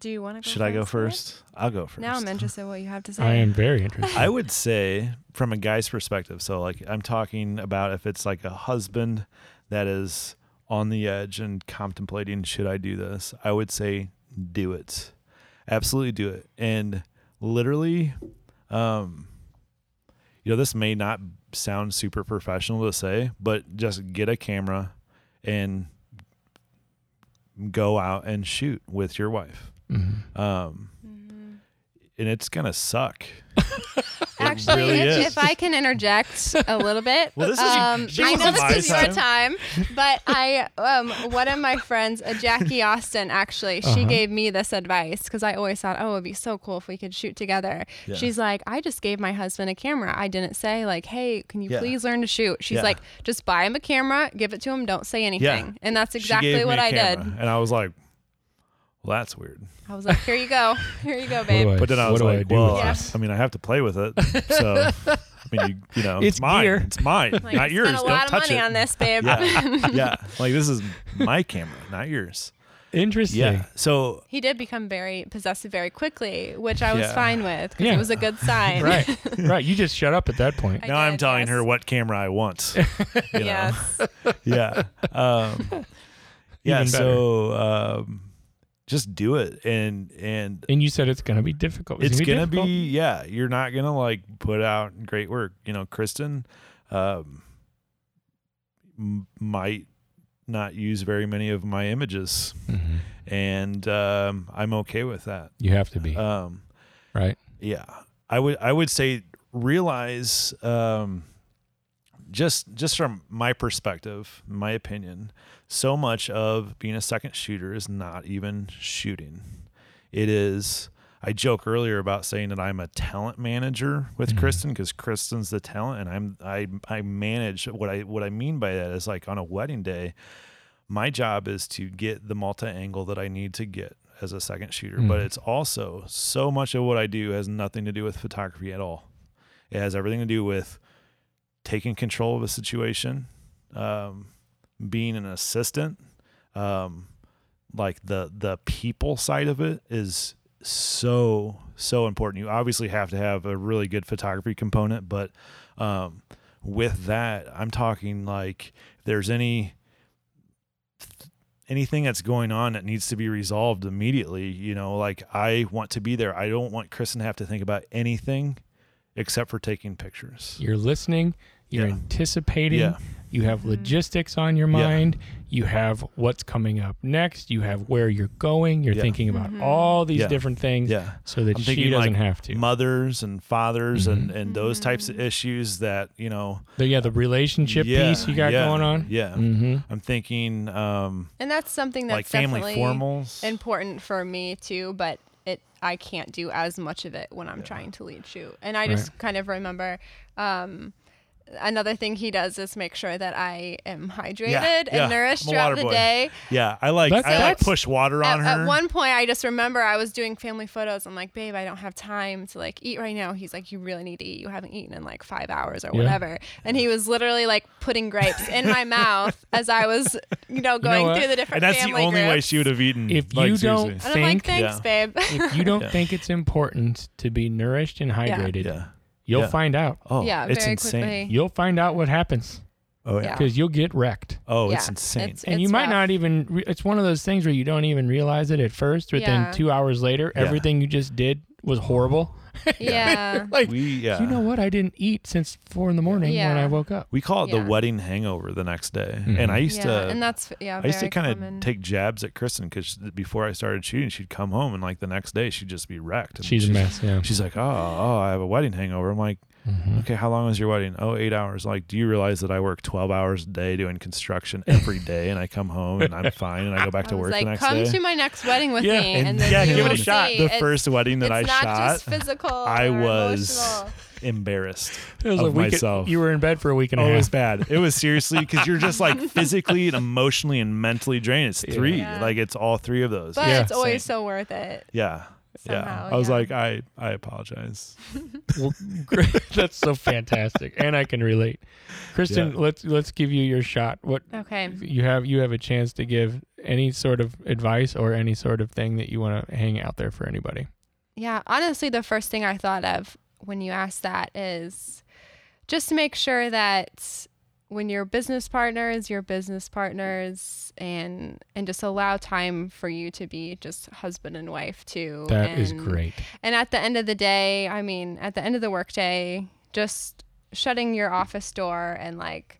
S3: Do you want to? Go
S2: should i go
S3: Nick?
S2: first i'll go first
S3: Now I'm interested what you have to say.
S1: i am very interested
S2: I would say from a guy's perspective. So like I'm talking about if it's like a husband that is on the edge and contemplating should I do this? I would say do it. Absolutely do it. And literally um you know this may not sound super professional to say, but just get a camera and go out and shoot with your wife.
S1: Mhm.
S2: Um and it's going to suck.
S3: Actually,
S2: really
S3: if,
S2: is.
S3: if I can interject a little bit,
S2: Well, this is-
S3: um,
S2: she
S3: I
S2: was
S3: know
S2: on my
S3: this is your time, but I, um, one of my friends, uh, Jackie Austin, actually,
S2: Uh-huh.
S3: she gave me this advice because I always thought, oh, it'd be so cool if we could shoot together.
S2: Yeah.
S3: She's like, I just gave my husband a camera. I didn't say like, hey, can you
S2: Yeah.
S3: please learn to shoot? She's
S2: Yeah.
S3: like, just buy him a camera, give it to him, don't say anything, and that's
S2: She
S3: exactly
S2: gave me
S3: what
S2: a
S3: I
S2: camera,
S3: did.
S2: And I was like, Well, that's weird.
S3: I was like, here you go. Here you go,
S1: What do
S3: babe.
S1: I-
S2: But then I
S1: what
S2: was
S1: do I
S2: like,
S1: do
S2: well,
S1: with
S3: Yeah.
S2: I,
S1: this?
S2: I mean, I have to play with it. So, I mean, you, you know, it's,
S1: It's
S2: mine.
S1: gear.
S2: It's mine,
S3: Like,
S2: not yours.
S3: Spent a
S2: Don't
S3: lot of
S2: touch
S3: money
S2: it.
S3: on this, babe.
S2: Yeah, yeah. Like this is my camera, not yours.
S1: Interesting.
S2: Yeah. So
S3: he did become very possessive very quickly, which I was
S2: Yeah.
S3: fine with because
S1: Yeah.
S3: it was a good sign.
S1: Right. right. You just shut up at that point.
S3: I
S2: now I'm
S3: did,
S2: telling
S3: yes.
S2: her what camera I want. you know?
S3: yes.
S2: yeah. Um, yeah.
S1: Even better.
S2: So um, just do it, and and
S1: And you said it's going to be difficult.
S2: it's
S1: going to
S2: gonna be yeah. You're not gonna like put out great work. You know, Kristen um, m- might not use very many of my images,
S1: Mhm.
S2: and um, I'm okay with that.
S1: You have to be.
S2: Um,
S1: right.
S2: yeah i would i would say realize um just just from my perspective my opinion so much of being a second shooter is not even shooting it is i joke earlier about saying that i'm a talent manager with
S1: Mm-hmm.
S2: kristen because kristen's the talent and i'm i i manage what i what i mean by that is like on a wedding day my job is to get the multi angle that I need to get as a second shooter, but it's also so much of what I do has nothing to do with photography at all. It has everything to do with taking control of a situation, um, being an assistant. Um, like the the people side of it is so so important. You obviously have to have a really good photography component, but um, with that, I'm talking like if there's any anything that's going on that needs to be resolved immediately. You know, like I want to be there. I don't want Kristen to have to think about anything except for taking pictures.
S1: You're listening. You're
S2: Yeah.
S1: anticipating.
S2: Yeah.
S1: You have logistics on your
S2: Yeah.
S1: mind. You have what's coming up next. You have where you're going. You're
S2: Yeah.
S1: thinking about all these
S2: Yeah.
S1: different things
S2: Yeah.
S1: so that
S2: I'm
S1: she
S2: thinking,
S1: doesn't
S2: like,
S1: have to. Mm-hmm.
S2: Mothers and fathers and, and those types of issues that, you know,
S1: The- yeah, the relationship
S2: yeah,
S1: piece you got
S2: yeah,
S1: going on.
S2: Yeah.
S1: Mm-hmm.
S2: I'm thinking um,
S3: And that's something that's
S2: like family
S3: definitely
S2: formals.
S3: important for me too, but it I can't do as much of it when I'm trying to lead shoot. And I just kind of remember um another thing he does is make sure that I am hydrated and
S2: yeah.
S3: nourished
S2: I'm a
S3: throughout
S2: water
S3: the
S2: boy.
S3: day.
S2: yeah. I like,
S1: That's-
S2: I like
S1: that's-
S2: push water
S3: At,
S2: on
S3: at
S2: her.
S3: one point I just remember I was doing family photos. I'm like, babe, I don't have time to like eat right now. He's like, You really need to eat. You haven't eaten in like five hours or
S1: Yeah.
S3: whatever. And he was literally like putting grapes in my mouth as I was, you know, going
S1: what?
S3: through the different
S2: and that's the
S3: family
S2: only way
S3: groups.
S2: she would have eaten.
S1: If
S2: like,
S1: you
S2: seriously.
S1: don't-
S3: And I'm
S1: think-
S3: like, thanks, babe.
S1: If you don't
S2: Yeah.
S1: think it's important to be nourished and hydrated,
S2: Yeah.
S1: you'll
S2: Yeah.
S1: find out.
S2: Oh,
S3: yeah,
S2: it's
S3: very
S2: insane.
S3: quickly.
S1: You'll find out what happens
S2: Oh,
S3: Yeah.
S2: yeah.
S1: because you'll get wrecked.
S2: Oh, it's
S3: Yeah,
S2: insane.
S3: it's-
S1: And you might
S3: rough.
S1: not even, re- it's one of those things where you don't even realize it at first. But
S3: Yeah.
S1: then two hours later,
S2: Yeah.
S1: everything you just did was horrible.
S3: Yeah.
S1: like,
S2: we, yeah.
S1: you know what? I didn't eat since four in the morning when
S3: Yeah.
S1: I woke up.
S2: We call it
S3: Yeah.
S2: the wedding hangover the next day.
S1: Mhm.
S2: And I used
S3: yeah.
S2: to
S3: and that's yeah.
S2: I used to
S3: very
S2: kind
S3: common.
S2: of take jabs at Kristen because before I started shooting, she'd come home and like the next day she'd just be wrecked. And
S1: She's a mess. Yeah.
S2: She's like, oh, oh, I have a wedding hangover. I'm like,
S1: Mhm.
S2: okay, how long was your wedding? Oh, eight hours. Like, do you realize that I work 12 hours a day doing construction every day and I come home and I'm fine and I go back
S3: I
S2: to
S3: was
S2: work
S3: like,
S2: the next
S3: come
S2: day?
S3: to my next wedding with
S2: yeah,
S3: me, and, then
S2: yeah,
S3: you
S2: give it
S3: will
S2: a shot.
S3: See.
S2: The
S3: It's-
S2: first wedding that I
S3: it's not
S2: shot,
S3: just physical.
S2: I
S3: or
S2: was
S3: emotional.
S2: embarrassed.
S1: It was
S2: of
S1: a week.
S2: myself.
S1: you were in bed for a week and a
S2: Oh, it was
S1: half.
S2: bad. It was seriously because you're just like physically and emotionally and mentally drained. It's three,
S3: Yeah.
S2: like it's all three of those.
S3: but
S1: Yeah.
S3: it's always
S2: Same.
S3: so worth it.
S2: yeah,
S3: somehow,
S2: yeah. I was
S3: yeah.
S2: like, I, I apologize.
S1: Well, great. That's so fantastic, and I can relate. Kristen,
S2: Yeah.
S1: let's let's give you your shot. What
S3: Okay.
S1: you have you have a chance to give any sort of advice or any sort of thing that you want to hang out there for anybody.
S3: Yeah, honestly, the first thing I thought of when you asked that is just make sure that when your business partners, your business partners, and and just allow time for you to be just husband and wife too.
S1: That is
S3: and-
S1: great.
S3: And at the end of the day, I mean, at the end of the workday, just shutting your office door and like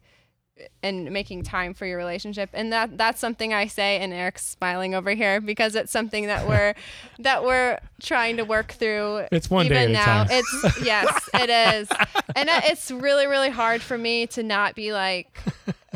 S3: and making time for your relationship and that that's something i say and eric's smiling over here because it's something that we're that we're trying to work through
S1: It's one
S3: even
S1: day at a
S3: now
S1: time.
S3: it's yes it is and I- it's really really hard for me to not be like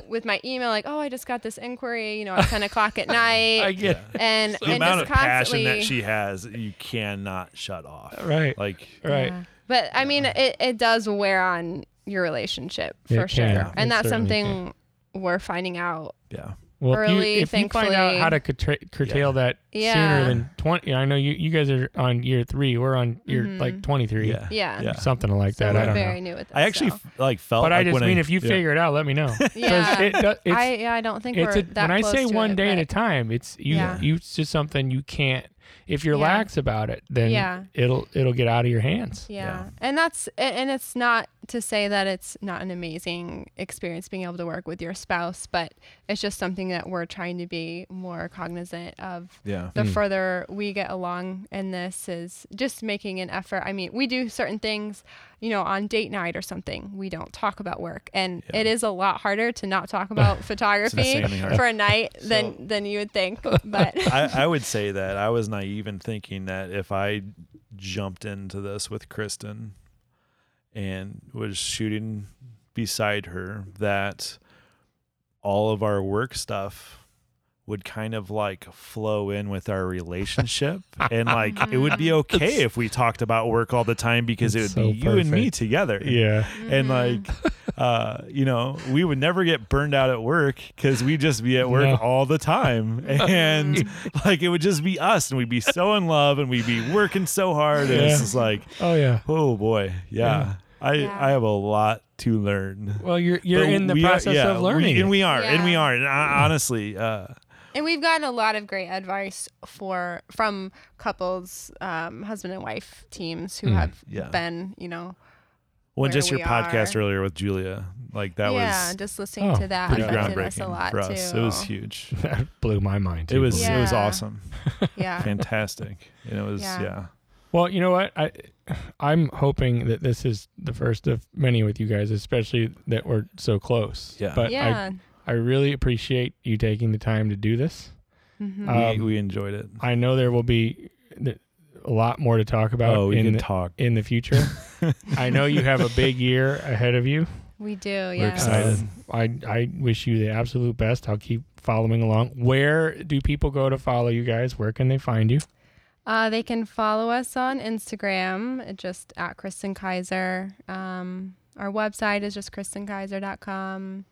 S3: with my email like oh i just got this inquiry you know at 10 o'clock at night
S1: I get
S3: and
S2: The
S3: and
S2: amount
S3: just
S2: of
S3: constantly
S2: passion that she has, you cannot shut off.
S1: Right.
S2: Like,
S1: right.
S3: Yeah. But I mean, it, it does wear on your relationship
S1: It
S3: for sure.
S1: can. It
S3: And that's
S1: certainly
S3: something we're finding out
S2: yeah,
S1: Well, if
S3: early,
S1: you, if you find out
S3: thankfully.
S1: how to curta- curtail that
S3: Yeah.
S1: sooner than 20, I know you, you guys are on year three. We're on year
S3: Mhm.
S1: like 23,
S2: Yeah.
S3: Yeah.
S2: Yeah.
S1: something like
S3: So
S1: that. I
S3: we're
S1: don't
S3: very
S1: know.
S3: new at this.
S2: I actually
S3: so.
S2: f- like felt.
S1: But I
S2: like
S1: just
S2: when
S1: mean if you
S2: yeah.
S1: figure it out, let me know. 'Cause
S3: yeah.
S1: it do- it's-
S3: I yeah, I don't think
S1: it's
S3: we're
S1: a,
S3: that
S1: when I
S3: close
S1: say
S3: to
S1: one
S3: it,
S1: day at
S3: but-
S1: a time, it's you.
S3: Yeah.
S1: You it's just something you can't. If you're
S3: Yeah.
S1: lax about it, then
S3: Yeah.
S1: it'll it'll get out of your hands.
S3: Yeah.
S2: Yeah.
S3: And that's a- and it's not to say that it's not an amazing experience being able to work with your spouse, but it's just something that we're trying to be more cognizant of.
S2: Yeah.
S3: The
S1: Mm.
S3: further we get along in this is just making an effort. I mean, we do certain things, you know, on date night or something. We don't talk about work, and
S2: Yeah.
S3: it is a lot harder to not talk about photography
S2: insanely hard.
S3: for a night
S2: So-
S3: than than you would think. But
S2: I, I would say that I was naive in thinking that if I jumped into this with Kristen and was shooting beside her, that all of our work stuff would kind of like flow in with our relationship and like it would be okay if we talked about work all the time because it would
S1: It's
S2: be
S1: so
S2: you and me
S1: perfect.
S2: together
S1: Yeah.
S2: and
S1: Mm-hmm.
S2: like uh you know we would never get burned out at work because we'd just be at work
S1: No.
S2: all the time
S3: Mm-hmm.
S2: and like it would just be us and we'd be so in love and we'd be working so hard and
S1: Yeah.
S2: it's just like
S1: Oh yeah.
S2: oh boy yeah, i
S3: Yeah.
S2: i have a lot to learn
S1: Well, you're you're
S2: But
S1: in the
S2: we are-
S1: process
S2: yeah,
S1: of
S2: we-
S1: learning.
S2: and we are and we
S3: Yeah.
S2: are and I, honestly uh
S3: And we've gotten a lot of great advice for from couples, um, husband and wife teams who
S1: Mm,
S3: have
S2: yeah.
S3: been, you know,
S2: well
S3: Where
S2: just your
S3: we
S2: podcast
S3: are.
S2: earlier with julia like that
S3: yeah,
S2: was
S3: just listening
S1: Oh,
S3: to that
S2: pretty
S3: affected us a
S2: groundbreaking
S3: lot
S2: for us
S3: too.
S2: it was huge
S1: that blew my mind.
S2: it was it was
S3: Yeah.
S2: awesome
S3: yeah,
S2: fantastic and it was
S3: Yeah.
S2: yeah.
S1: Well, you know what? I I'm hoping that this is the first of many with you guys, especially that we're so close.
S2: Yeah.
S1: But
S3: yeah.
S1: I, I really appreciate you taking the time to do this.
S3: Mhm.
S1: Uh,
S2: we,
S1: Um,
S2: we enjoyed it.
S1: I know there will be th- a lot more to talk about
S2: Oh, we
S1: in
S2: can
S1: the,
S2: talk.
S1: in the future. I know you have a big year ahead of you.
S3: we do. Yeah,
S2: excited.
S1: Um, I I wish you the absolute best. I'll keep following along. Where do people go to follow you guys? Where can they find you?
S3: uh, they can follow us on Instagram, uh, just at Kristen Kaiser. Um, our website is just kristenkaiser.com.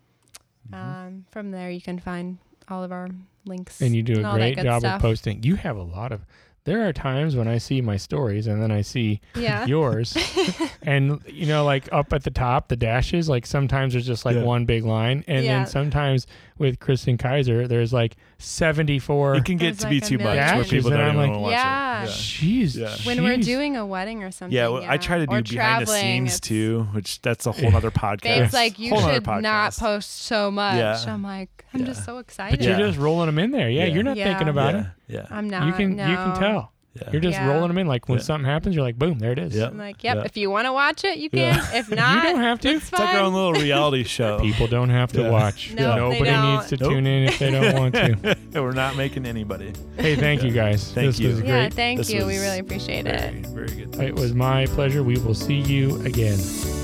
S1: Mm-hmm.
S3: Um, from there, you can find all of our links.
S1: And you do
S3: and
S1: a
S3: all that
S1: great
S3: good
S1: job
S3: stuff.
S1: of posting. You have a lot of. There are times when I see my stories and then I see
S3: Yeah.
S1: yours, and you know, like up at the top, the dashes. Like sometimes there's just like
S2: Yeah.
S1: one big line, and
S3: Yeah.
S1: then sometimes with Kristen Kaiser, there's like 74.
S2: it can get
S3: There's
S2: to be
S3: like a
S2: too much
S1: million
S2: where people
S1: Yeah,
S2: don't even
S1: like-
S2: want to watch
S3: Yeah.
S2: it.
S1: Jeez,
S2: Yeah.
S3: when we're
S1: jeez.
S3: doing a wedding or something.
S2: Yeah, well, I try to do
S3: Or
S2: behind the
S3: traveling,
S2: scenes
S3: it's-
S2: too, which that's a whole other podcast.
S3: Babe's like, you
S2: Whole nother
S3: should not
S2: podcast.
S3: post so much.
S2: Yeah.
S3: I'm like, I'm just so
S1: but
S3: excited.
S1: you're
S2: Yeah.
S1: just rolling them in there. Yeah,
S2: Yeah.
S1: you're not
S3: Yeah.
S1: thinking about
S2: yeah,
S1: it.
S2: yeah,
S3: I'm not.
S1: you can you can
S3: no.
S1: tell.
S2: yeah.
S1: You're just
S3: Yeah.
S1: rolling them in. Like when
S2: Yeah.
S1: something happens, you're like, boom, there it is.
S2: Yeah.
S3: I'm like, yep.
S2: Yeah.
S3: If you want to watch it, you
S2: Yeah.
S3: can. If not,
S1: You don't have to.
S3: it's
S2: it's like our own
S3: fine.
S2: little reality show.
S1: People don't have to
S2: Yeah.
S1: watch.
S3: No, they
S1: Nobody
S3: don't.
S1: needs to
S2: Nope.
S1: tune in if they don't want to.
S2: We're not making anybody.
S1: Hey, thank you guys.
S2: Thank
S1: this
S2: you.
S1: was
S3: Yeah,
S1: great.
S3: thank
S2: This
S3: you. We
S2: was
S3: really appreciate it.
S2: Very, very good.
S1: It was my pleasure. We will see you again.
S2: Bye.